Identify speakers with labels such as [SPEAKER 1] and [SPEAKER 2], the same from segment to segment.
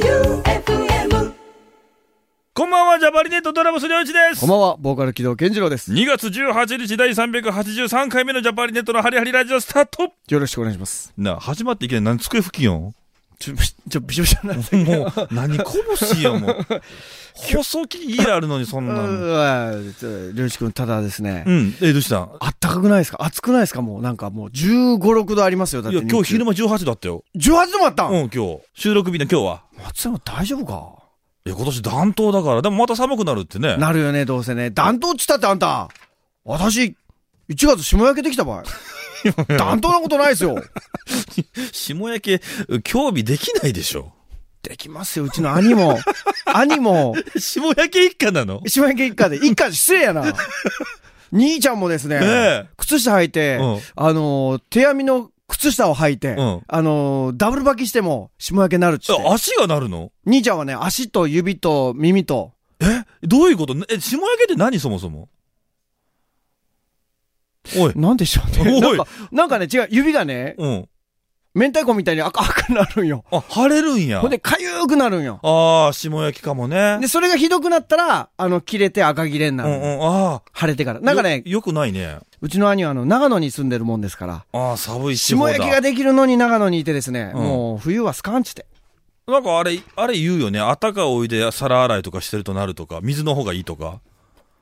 [SPEAKER 1] J-O-E-U-F-M
[SPEAKER 2] こんばんは、ジャパリネットドラムスりょうちです。
[SPEAKER 3] こんばんは、ボーカル、木戸健次郎です。
[SPEAKER 2] 2月18日第383回目のジャパリネットのハリハリラジオスタート
[SPEAKER 3] よろしくお願いします。
[SPEAKER 2] なあ、始まっていきなり何机吹きよんも
[SPEAKER 3] ちょ、びちょ、びしょびしょになる。
[SPEAKER 2] う、何こぼしや もう。細きギーあるのにそん
[SPEAKER 3] う
[SPEAKER 2] なの。
[SPEAKER 3] ーちょ、りょうちくん、ただですね
[SPEAKER 2] う。ん、え、どうしたん
[SPEAKER 3] あったかくないですか暑くないですかもう、なんかもう、15、6度ありますよ。だっ
[SPEAKER 2] い
[SPEAKER 3] て
[SPEAKER 2] や、
[SPEAKER 3] 日中。
[SPEAKER 2] 今日昼間18度あったよ。
[SPEAKER 3] 18度もあった、
[SPEAKER 2] うんん、今日。収録日の今日は。
[SPEAKER 3] 松山大丈夫か
[SPEAKER 2] いや、今年暖冬だから、でもまた寒くなるってね。
[SPEAKER 3] なるよね、どうせね。暖冬っつったってあんた。私、1月霜焼けてきたば い。暖冬なことないですよ。
[SPEAKER 2] 霜焼け、興味できないでしょ。
[SPEAKER 3] できますよ、うちの兄も。兄も、
[SPEAKER 2] 霜焼け一家なの
[SPEAKER 3] 霜焼け一家で、一家で失礼やな。兄ちゃんもですね、
[SPEAKER 2] ねえ
[SPEAKER 3] 靴下履いて、
[SPEAKER 2] うん
[SPEAKER 3] あのー手編みの靴下を履いて、
[SPEAKER 2] うん
[SPEAKER 3] あのーダブル履きしても、霜焼けになるっつって。
[SPEAKER 2] え足がなるの
[SPEAKER 3] 兄ちゃんはね、足と指と耳と、
[SPEAKER 2] えどういうことえ、霜焼けって何そもそもおい。
[SPEAKER 3] なんでしょう
[SPEAKER 2] お
[SPEAKER 3] ね。
[SPEAKER 2] い
[SPEAKER 3] なんか、なんかね、違う、指がね、
[SPEAKER 2] うん。
[SPEAKER 3] 明太子みたいに赤 くなるんよ。
[SPEAKER 2] あ、腫れるんや。
[SPEAKER 3] ほんで、かゆーくなるんよ。
[SPEAKER 2] ああ、霜焼きかもね。
[SPEAKER 3] で、それがひどくなったら、あの、切れて赤切れに
[SPEAKER 2] う
[SPEAKER 3] なる。
[SPEAKER 2] んうん、あ
[SPEAKER 3] 腫れてから。
[SPEAKER 2] あ。
[SPEAKER 3] なんかね、
[SPEAKER 2] よよくないね。
[SPEAKER 3] うちの兄はあの、長野に住んでるもんですから、
[SPEAKER 2] ああ、寒いし。
[SPEAKER 3] 霜焼けが
[SPEAKER 2] だ
[SPEAKER 3] できるのに長野にいてですね、
[SPEAKER 2] うん
[SPEAKER 3] もう冬はスカンチて。
[SPEAKER 2] なんかあれ、あれ言うよね。あたかおいで皿洗いとかしてるとなるとか、水の方がいいとか。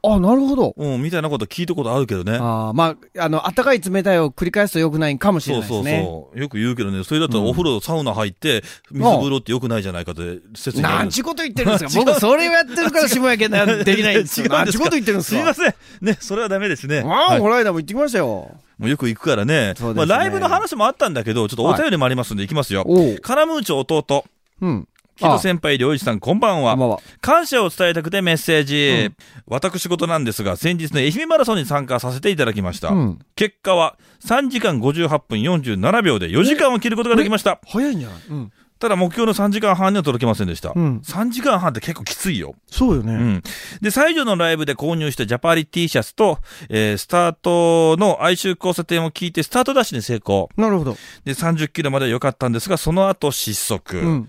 [SPEAKER 3] あ、なるほど。
[SPEAKER 2] うん、みたいなこと聞いたことあるけどね。
[SPEAKER 3] ああ、まあ、あの、暖かい冷たいを繰り返すと良くないんかもしれ
[SPEAKER 2] そう
[SPEAKER 3] ないで
[SPEAKER 2] そ
[SPEAKER 3] す
[SPEAKER 2] う
[SPEAKER 3] ね。
[SPEAKER 2] そう。よく言うけどね、それだとお風呂、サウナ入って、水風呂ってよくないじゃないかって説明ある
[SPEAKER 3] なん
[SPEAKER 2] です
[SPEAKER 3] ちこと言ってるん ですか僕それをやってるから霜焼けなんてできないんです
[SPEAKER 2] 違
[SPEAKER 3] よ。
[SPEAKER 2] うん
[SPEAKER 3] なん
[SPEAKER 2] です
[SPEAKER 3] ち
[SPEAKER 2] か
[SPEAKER 3] こと言ってるんです
[SPEAKER 2] すいま
[SPEAKER 3] か
[SPEAKER 2] せん。ね、それはダメですね。
[SPEAKER 3] あ
[SPEAKER 2] は
[SPEAKER 3] あ、
[SPEAKER 2] い
[SPEAKER 3] この間も行ってきましたよ。
[SPEAKER 2] もうよく行くからね。
[SPEAKER 3] そう
[SPEAKER 2] ま
[SPEAKER 3] で
[SPEAKER 2] あ、
[SPEAKER 3] すね
[SPEAKER 2] ライブの話もあったんだけど、ちょっとお便りもありますんで、行きますよ。
[SPEAKER 3] おう。
[SPEAKER 2] カラムーチョ弟、
[SPEAKER 3] うん。
[SPEAKER 2] 木戸先輩、良一さん、こんばん
[SPEAKER 3] あ、
[SPEAKER 2] は
[SPEAKER 3] こん。ばんは。
[SPEAKER 2] 感謝を伝えたくてメッセージ。私事なんですが、先日の愛媛マラソンに参加させていただきました。
[SPEAKER 3] うん。
[SPEAKER 2] 結果は、3時間58分47秒で4時間を切ることができました。
[SPEAKER 3] 早いんじゃないうん。
[SPEAKER 2] ただ、目標の3時間半には届きませんでした。
[SPEAKER 3] うん。
[SPEAKER 2] 3時間半って結構きついよ。
[SPEAKER 3] そうよね。
[SPEAKER 2] うん。で、最上のライブで購入したジャパリ T シャツと、えースタートの哀愁交差点を聞いて、スタートダッシュに成功。
[SPEAKER 3] なるほど。
[SPEAKER 2] で、30キロまでは良かったんですが、その後失速。
[SPEAKER 3] うん。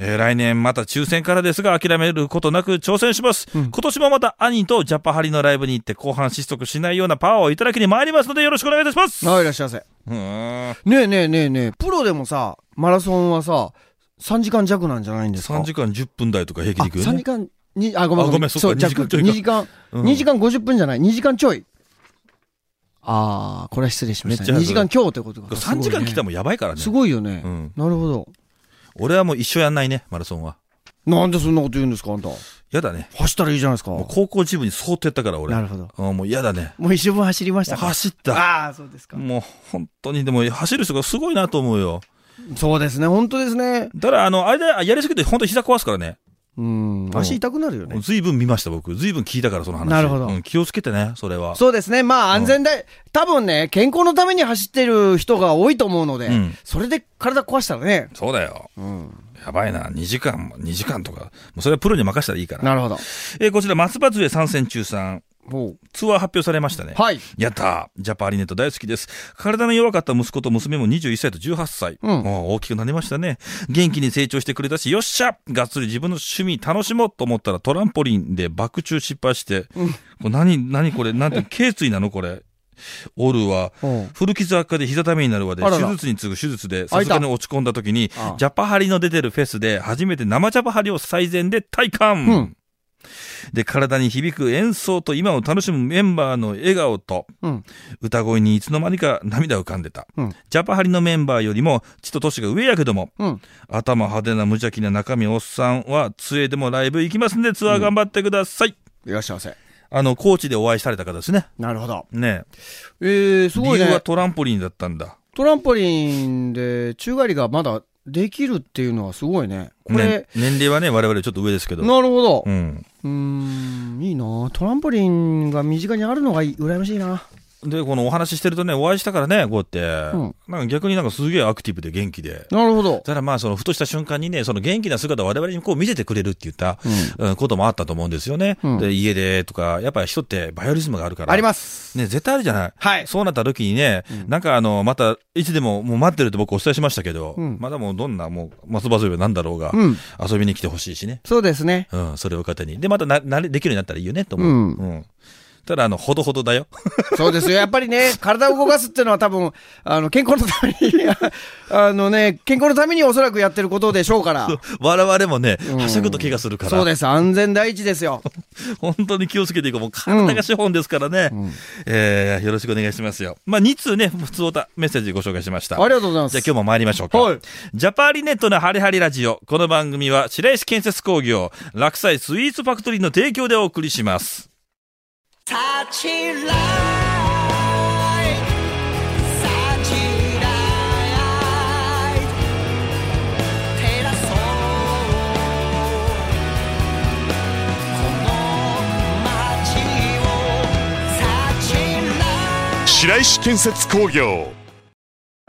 [SPEAKER 2] えー来年また抽選からですが、諦めることなく挑戦します。
[SPEAKER 3] うん
[SPEAKER 2] 今年もまた兄とジャパハリのライブに行って、後半失速しないようなパワーをいただきに参りますので、よろしくお願いいたします。
[SPEAKER 3] あ、いらっしゃいませ。
[SPEAKER 2] うーん。
[SPEAKER 3] ねえねえねえねえ、プロでもさ、マラソンはさ、3時間弱なんじゃないんですか
[SPEAKER 2] 3時間10分台とか平気で行く
[SPEAKER 3] あ
[SPEAKER 2] よ
[SPEAKER 3] 3
[SPEAKER 2] ね
[SPEAKER 3] 時。間に、あ、ごめん
[SPEAKER 2] あごめんそっか
[SPEAKER 3] う、
[SPEAKER 2] 2時間ちょいか
[SPEAKER 3] 2時間、
[SPEAKER 2] うん
[SPEAKER 3] 2時間50分じゃない、2時間ちょい。あー、これは失礼しましたね。
[SPEAKER 2] めっち
[SPEAKER 3] 2
[SPEAKER 2] ゃ
[SPEAKER 3] 時間今日ってことか。
[SPEAKER 2] 3時間来たら
[SPEAKER 3] も
[SPEAKER 2] もうやばいからね。
[SPEAKER 3] すごいよね
[SPEAKER 2] う。ん。
[SPEAKER 3] なるほど。
[SPEAKER 2] 俺はもう一生やんないね、マラソンは。
[SPEAKER 3] なんでそんなこと言うんですか、あんた。
[SPEAKER 2] やだね。
[SPEAKER 3] 走ったらいいじゃないですか。
[SPEAKER 2] もう高校時分に相当やったから、俺。
[SPEAKER 3] なるほど。
[SPEAKER 2] うんもう嫌だね。
[SPEAKER 3] もう一周分走りましたか
[SPEAKER 2] 走った。
[SPEAKER 3] ああー、そうですか。
[SPEAKER 2] もう本当に、でも走る人がすごいなと思うよ。
[SPEAKER 3] そうですね、本当ですね。
[SPEAKER 2] ただ、あの、あれだ、やりすぎて本当に膝壊すからね。
[SPEAKER 3] うん、足痛くなるよね。
[SPEAKER 2] ずいぶん見ました、僕。ずいぶん聞いたから、その話。
[SPEAKER 3] なるほど
[SPEAKER 2] うん、気をつけてね、それは。
[SPEAKER 3] そうですね、まあ安全で、多分ね、健康のために走ってる人が多いと思うので
[SPEAKER 2] うん、
[SPEAKER 3] それで体壊したらね。
[SPEAKER 2] そうだよ。
[SPEAKER 3] うん。
[SPEAKER 2] やばいな。2時間も、2時間とか。もうそれはプロに任せたらいいから。
[SPEAKER 3] なるほど。
[SPEAKER 2] えーこちら、松葉杖参戦中さん。
[SPEAKER 3] ほう
[SPEAKER 2] ツアー発表されましたね。
[SPEAKER 3] はい。
[SPEAKER 2] やったージャパーリネット大好きです。体の弱かった息子と娘も21歳と18歳。
[SPEAKER 3] うん
[SPEAKER 2] もう大きくなりましたね。元気に成長してくれたし、よっしゃがっつり自分の趣味楽しもうと思ったらトランポリンで爆中失敗して。これ何、何これ、なんて、頸椎なのこれ。オルは、
[SPEAKER 3] うん
[SPEAKER 2] 古傷悪化で膝ためになるわで、
[SPEAKER 3] あらら
[SPEAKER 2] 手術に次ぐ手術で、
[SPEAKER 3] あ
[SPEAKER 2] さ
[SPEAKER 3] いた
[SPEAKER 2] すがに落ち込んだ時に、
[SPEAKER 3] ああ
[SPEAKER 2] ジャパハリの出てるフェスで、初めて生ジャパハリを最善で体感、
[SPEAKER 3] うん
[SPEAKER 2] で、体に響く演奏と今を楽しむメンバーの笑顔と、
[SPEAKER 3] うん
[SPEAKER 2] 歌声にいつの間にか涙を浮かんでた。
[SPEAKER 3] うん
[SPEAKER 2] ジャパハリのメンバーよりも、ちと年が上やけども、
[SPEAKER 3] うん。
[SPEAKER 2] 頭派手な無邪気な中身おっさんは、杖でもライブ行きますんで、ツアー頑張ってください。
[SPEAKER 3] いらっしゃいませ。
[SPEAKER 2] あの、コーチでお会いされた方ですね。
[SPEAKER 3] なるほど。
[SPEAKER 2] ねえ
[SPEAKER 3] えー、すごい
[SPEAKER 2] 理由は
[SPEAKER 3] ね。
[SPEAKER 2] トランポリンだったんだ。
[SPEAKER 3] トランポリンで宙返りがまだできるっていうのはすごいね。これ、
[SPEAKER 2] ね、年齢はね、我々ちょっと上ですけど。
[SPEAKER 3] なるほど
[SPEAKER 2] う。ん。
[SPEAKER 3] うーん、いいなトランポリンが身近にあるのがいい羨ましいな。
[SPEAKER 2] で、このお話ししてるとね、お会いしたからね、こうやって。
[SPEAKER 3] うん
[SPEAKER 2] なんか逆になんかすげえアクティブで元気で。
[SPEAKER 3] なるほど。
[SPEAKER 2] ただまあ、その、ふとした瞬間にね、その元気な姿を我々にこう見せてくれるって言った、うんこともあったと思うんですよね。
[SPEAKER 3] うん
[SPEAKER 2] で家でとか、やっぱり人ってバイオリズムがあるから。
[SPEAKER 3] あります。
[SPEAKER 2] ね、絶対あるじゃない。
[SPEAKER 3] はい
[SPEAKER 2] そうなった時にね、なんかあの、また、いつでも、もう待ってると僕お伝えしましたけど、
[SPEAKER 3] うん
[SPEAKER 2] まだもうどんな、もう、松葉遊びなんだろうが、
[SPEAKER 3] うん。
[SPEAKER 2] 遊びに来てほしいしね。
[SPEAKER 3] そうですね。
[SPEAKER 2] うん、それを糧に。で、またな、なれ、できるようになったらいいよね、と思う。
[SPEAKER 3] うん
[SPEAKER 2] うん。ただ、あの、ほどほどだよ。
[SPEAKER 3] そうですよ。やっぱりね、体を動かすっていうのは多分、あの、健康のために、 あのね、健康のためにおそらくやってることでしょうから。
[SPEAKER 2] 我々もね、
[SPEAKER 3] ん
[SPEAKER 2] はしゃぐと怪我するから。
[SPEAKER 3] そうです。安全第一ですよ。
[SPEAKER 2] 本当に気をつけていこう。もう体が資本ですからね。えー、よろしくお願いしますよ。まあ、2通ね、普通おたメッセージご紹介しました。
[SPEAKER 3] ありがとうございます。
[SPEAKER 2] じゃあ今日も参りましょうか。
[SPEAKER 3] はい
[SPEAKER 2] ジャパーリネットのハリハリラジオ。この番組は白石建設工業、落栽スイーツファクトリーの提供でお送りします。
[SPEAKER 1] サチライトサチライト照らそうこの街をサチライト
[SPEAKER 4] 白石建設工業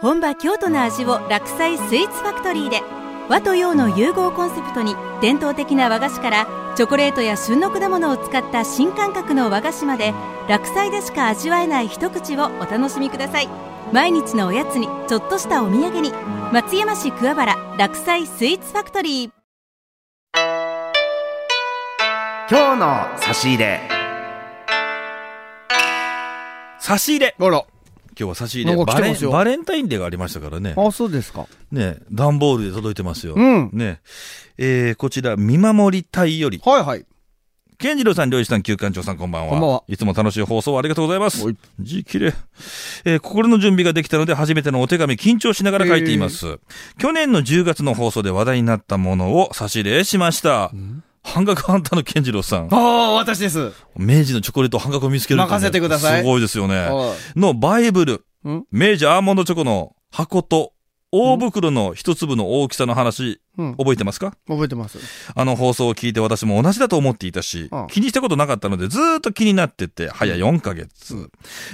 [SPEAKER 5] 本場京都の味を落菜スイーツファクトリーで和と洋の融合コンセプトに伝統的な和菓子からチョコレートや旬の果物を使った新感覚の和菓子まで落菜でしか味わえない一口をお楽しみください毎日のおやつにちょっとしたお土産に松山市桑原落菜スイーツファクトリー
[SPEAKER 6] 今日の差し入れ
[SPEAKER 2] 差し入れ
[SPEAKER 3] あら。
[SPEAKER 2] 今日は差し入れ
[SPEAKER 3] なんか
[SPEAKER 2] バ
[SPEAKER 3] 来て
[SPEAKER 2] レ
[SPEAKER 3] ま
[SPEAKER 2] ン
[SPEAKER 3] すよ
[SPEAKER 2] バレンタインデーがありましたからね。
[SPEAKER 3] あ、そうですか。
[SPEAKER 2] ね段ボールで届いてますよ。
[SPEAKER 3] うん
[SPEAKER 2] ねえー、こちら、見守り隊より。
[SPEAKER 3] はいはい。
[SPEAKER 2] 健次郎さん、漁師さん、旧館長さん、こんばんは。
[SPEAKER 3] こんばんはい
[SPEAKER 2] つも楽しい放送をありがとうございます
[SPEAKER 3] おい。
[SPEAKER 2] 字綺麗。えー心の準備ができたので、初めてのお手紙、緊張しながら書いています。去年の10月の放送で話題になったものを差し入れしました。半額ハンターの健次郎さん
[SPEAKER 3] あ。あ、私です。
[SPEAKER 2] 明治のチョコレート半額を見つけるってね
[SPEAKER 3] 任せてください
[SPEAKER 2] すごいですよね。
[SPEAKER 3] は
[SPEAKER 2] のバイブル
[SPEAKER 3] ん。
[SPEAKER 2] 明治アーモンドチョコの箱と、大袋の一粒の大きさの話、
[SPEAKER 3] いうん。
[SPEAKER 2] 覚えてますか
[SPEAKER 3] 覚えてます。
[SPEAKER 2] あの放送を聞いて私も同じだと思っていたし
[SPEAKER 3] うん、
[SPEAKER 2] 気にしたことなかったのでずーっと気になってて、早4ヶ月。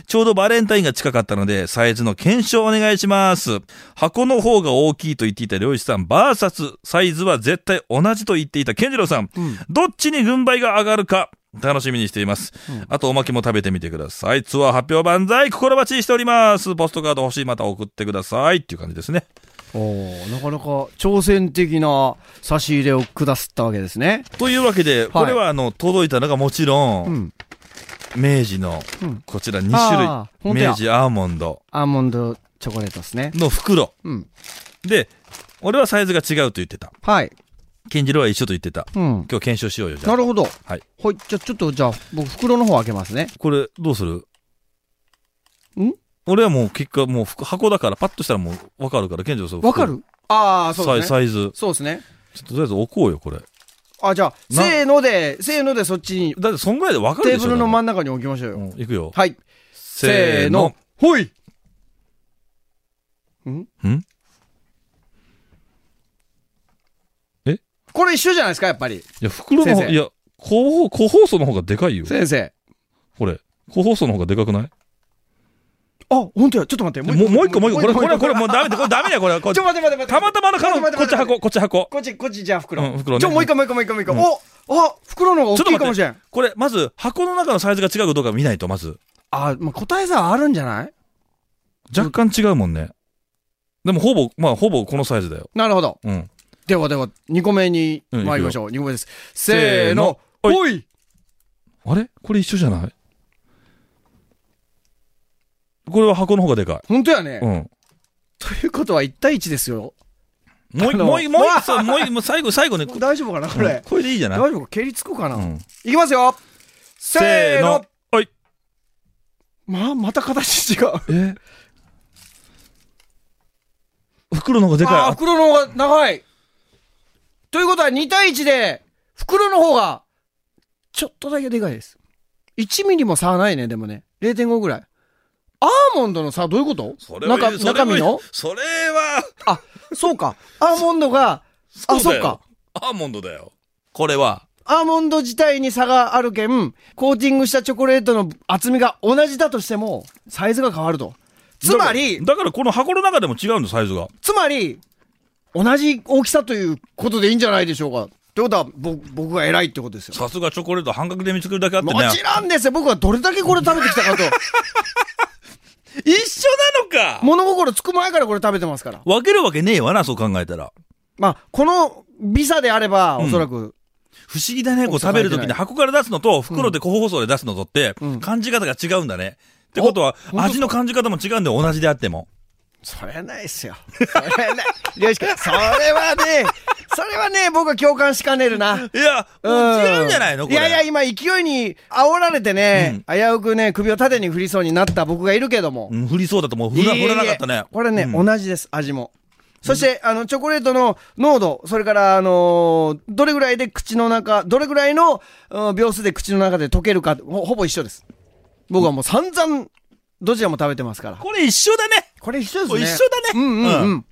[SPEAKER 2] ちょうどバレンタインが近かったので、サイズの検証お願いします。箱の方が大きいと言っていた漁師さん、バーサス、サイズは絶対同じと言っていた健次郎さん、どっちに軍配が上がるか、楽しみにしています。あとおまけも食べてみてください。ツアー発表万歳、心待ちにしております。ポストカード欲しい、また送ってください。っていう感じですね。
[SPEAKER 3] おーなかなか挑戦的な差し入れを下すったわけですね。
[SPEAKER 2] というわけで、これはあの、届いたのがもちろん、
[SPEAKER 3] うん。
[SPEAKER 2] 明治の
[SPEAKER 3] うん、
[SPEAKER 2] こちら2
[SPEAKER 3] あー
[SPEAKER 2] 種
[SPEAKER 3] 本当
[SPEAKER 2] 類、
[SPEAKER 3] や
[SPEAKER 2] 明治アーモンド
[SPEAKER 3] アーモンドチョコレートですね。
[SPEAKER 2] の袋。
[SPEAKER 3] うん。
[SPEAKER 2] で、俺はサイズが違うと言ってた。
[SPEAKER 3] はい。
[SPEAKER 2] 健次郎は一緒と言ってた。
[SPEAKER 3] うん。
[SPEAKER 2] 今日検証しようよ、じゃ
[SPEAKER 3] な
[SPEAKER 2] あ。
[SPEAKER 3] るほど。
[SPEAKER 2] はい。
[SPEAKER 3] はい。じゃあちょっと、じゃあ、僕、袋の方開けますね。
[SPEAKER 2] これ、どうする
[SPEAKER 3] ん
[SPEAKER 2] 俺はもう結果、もう服箱だから、パッとしたらもうわかるから、健次郎さん。
[SPEAKER 3] わかるああ、そう
[SPEAKER 2] サ
[SPEAKER 3] で
[SPEAKER 2] イ
[SPEAKER 3] すね。
[SPEAKER 2] サイズ。
[SPEAKER 3] そうですね。
[SPEAKER 2] ちょっととりあえず置こうよ、これ。
[SPEAKER 3] あ、じゃあ、
[SPEAKER 2] な
[SPEAKER 3] せーので、せーのでそっちに、
[SPEAKER 2] だってそんぐらいでわかる
[SPEAKER 3] テ
[SPEAKER 2] で
[SPEAKER 3] ー
[SPEAKER 2] しょ。
[SPEAKER 3] ブルの真
[SPEAKER 2] ん
[SPEAKER 3] ん中に置きましょうよ。
[SPEAKER 2] いくよ。
[SPEAKER 3] はい。
[SPEAKER 2] せーの。。
[SPEAKER 3] ほいん
[SPEAKER 2] んえ
[SPEAKER 3] これ一緒じゃないですか、やっぱり。
[SPEAKER 2] いや、袋の方、
[SPEAKER 3] 先生
[SPEAKER 2] いや、個包個包装の方がでかいよ。
[SPEAKER 3] 先生。
[SPEAKER 2] これ。個包装の方がでかくない
[SPEAKER 3] あ、本当や。ちょっと待って。
[SPEAKER 2] もう、もう一個、もう一個。これ、これ、これ、もう
[SPEAKER 3] ち
[SPEAKER 2] ダメだ、これダメだよ、これ。こ
[SPEAKER 3] ょ、
[SPEAKER 2] れ
[SPEAKER 3] 待って待って待って。
[SPEAKER 2] たまたまの可能、こっち箱、こっち箱。
[SPEAKER 3] こっち、こっち、じゃあ袋。
[SPEAKER 2] うん袋ね
[SPEAKER 3] ちょ、もう一個、もう一個、もう一個、もう一個。おあ、袋の方が
[SPEAKER 2] ちょ
[SPEAKER 3] 大
[SPEAKER 2] っと
[SPEAKER 3] きいか
[SPEAKER 2] 待
[SPEAKER 3] も
[SPEAKER 2] っ
[SPEAKER 3] しれ
[SPEAKER 2] て
[SPEAKER 3] ん。。
[SPEAKER 2] これ、まず、箱の中のサイズが違うかどうか見ないと、まず。
[SPEAKER 3] あ、まあ、答えさあるんじゃない
[SPEAKER 2] 若干違うもんね。でも、ほぼ、まあ、ほぼこのサイズだよ。
[SPEAKER 3] なるほど。
[SPEAKER 2] うん。
[SPEAKER 3] ではでは、2個目に
[SPEAKER 2] うん
[SPEAKER 3] 参りましょう。2個目です。せーの。
[SPEAKER 2] せーの
[SPEAKER 3] おい
[SPEAKER 2] あれこれ一緒じゃないこれは箱の方がでか
[SPEAKER 3] 本当やね
[SPEAKER 2] い。う。ん。
[SPEAKER 3] ということは1対1ですよ。
[SPEAKER 2] もうい、
[SPEAKER 3] あの
[SPEAKER 2] もうい、もうい、そうもうい、もう最後、最後ね。こ
[SPEAKER 3] 大丈夫かなこれ。
[SPEAKER 2] これでいいじゃない
[SPEAKER 3] 大丈夫か蹴りつくかな、
[SPEAKER 2] うん
[SPEAKER 3] いきますよせーの。
[SPEAKER 2] はい。
[SPEAKER 3] まあ、また形違う。
[SPEAKER 2] え袋の方がで
[SPEAKER 3] ああー、
[SPEAKER 2] かい。
[SPEAKER 3] 袋の方が長い。ということは2対1で、袋の方が、ちょっとだけでかいです。1ミリも差はないね、でもね。0.5ぐらい。アーモンドの差、どういうこと
[SPEAKER 2] それは
[SPEAKER 3] 中
[SPEAKER 2] それは
[SPEAKER 3] 中身の
[SPEAKER 2] それは、
[SPEAKER 3] あ、そうか。アーモンドが、あ、
[SPEAKER 2] そ
[SPEAKER 3] そう
[SPEAKER 2] だ
[SPEAKER 3] う
[SPEAKER 2] よ
[SPEAKER 3] か。
[SPEAKER 2] アーモンドだよ。これは。
[SPEAKER 3] アーモンド自体に差があるけん、コーティングしたチョコレートの厚みが同じだとしても、サイズが変わると。つまり、
[SPEAKER 2] だからこの箱の中でも違うんだ、サイズが。
[SPEAKER 3] つまり、同じ大きさということでいいんじゃないでしょうか。ってことは、ぼ僕が偉いってことですよ。
[SPEAKER 2] さすがチョコレート半額で見つけるだけあってね。
[SPEAKER 3] もちろんですよ。僕はどれだけこれ食べてきたかと。
[SPEAKER 2] 一緒なのか
[SPEAKER 3] 物心つく前からこれ食べてますから。
[SPEAKER 2] 分けるわけねえわな、そう考えたら。
[SPEAKER 3] まあ、このビザであれば、おそらく、
[SPEAKER 2] 不思議だね、こう食べるときに箱から出すのと袋で個包装で出すのとって、感じ方が違うんだね。ってことは、味の感じ方も違うんだよ、同じであっても。
[SPEAKER 3] それはないっすよ。それはない。漁師君それはね、それはね、僕は共感しかねるな。
[SPEAKER 2] いや、もう違うんじゃないのこ
[SPEAKER 3] い
[SPEAKER 2] れ。
[SPEAKER 3] やいや、今勢いに煽られてね、危うくね、首を縦に振りそうになった僕がいるけども。
[SPEAKER 2] うん振りそうだともう振ら
[SPEAKER 3] いえいえ
[SPEAKER 2] 振らなかったね。
[SPEAKER 3] これね、
[SPEAKER 2] うん
[SPEAKER 3] 同じです、味も。そして、あの、チョコレートの濃度、それから、あのーどれぐらいで口の中、どれぐらいの、うん秒数で口の中で溶けるか、ほほぼ一緒です。僕はもう散々、どちらも食べてますから。
[SPEAKER 2] これ一緒だね。
[SPEAKER 3] これ一緒です
[SPEAKER 2] ね一緒だね
[SPEAKER 3] うんうんうん。
[SPEAKER 2] う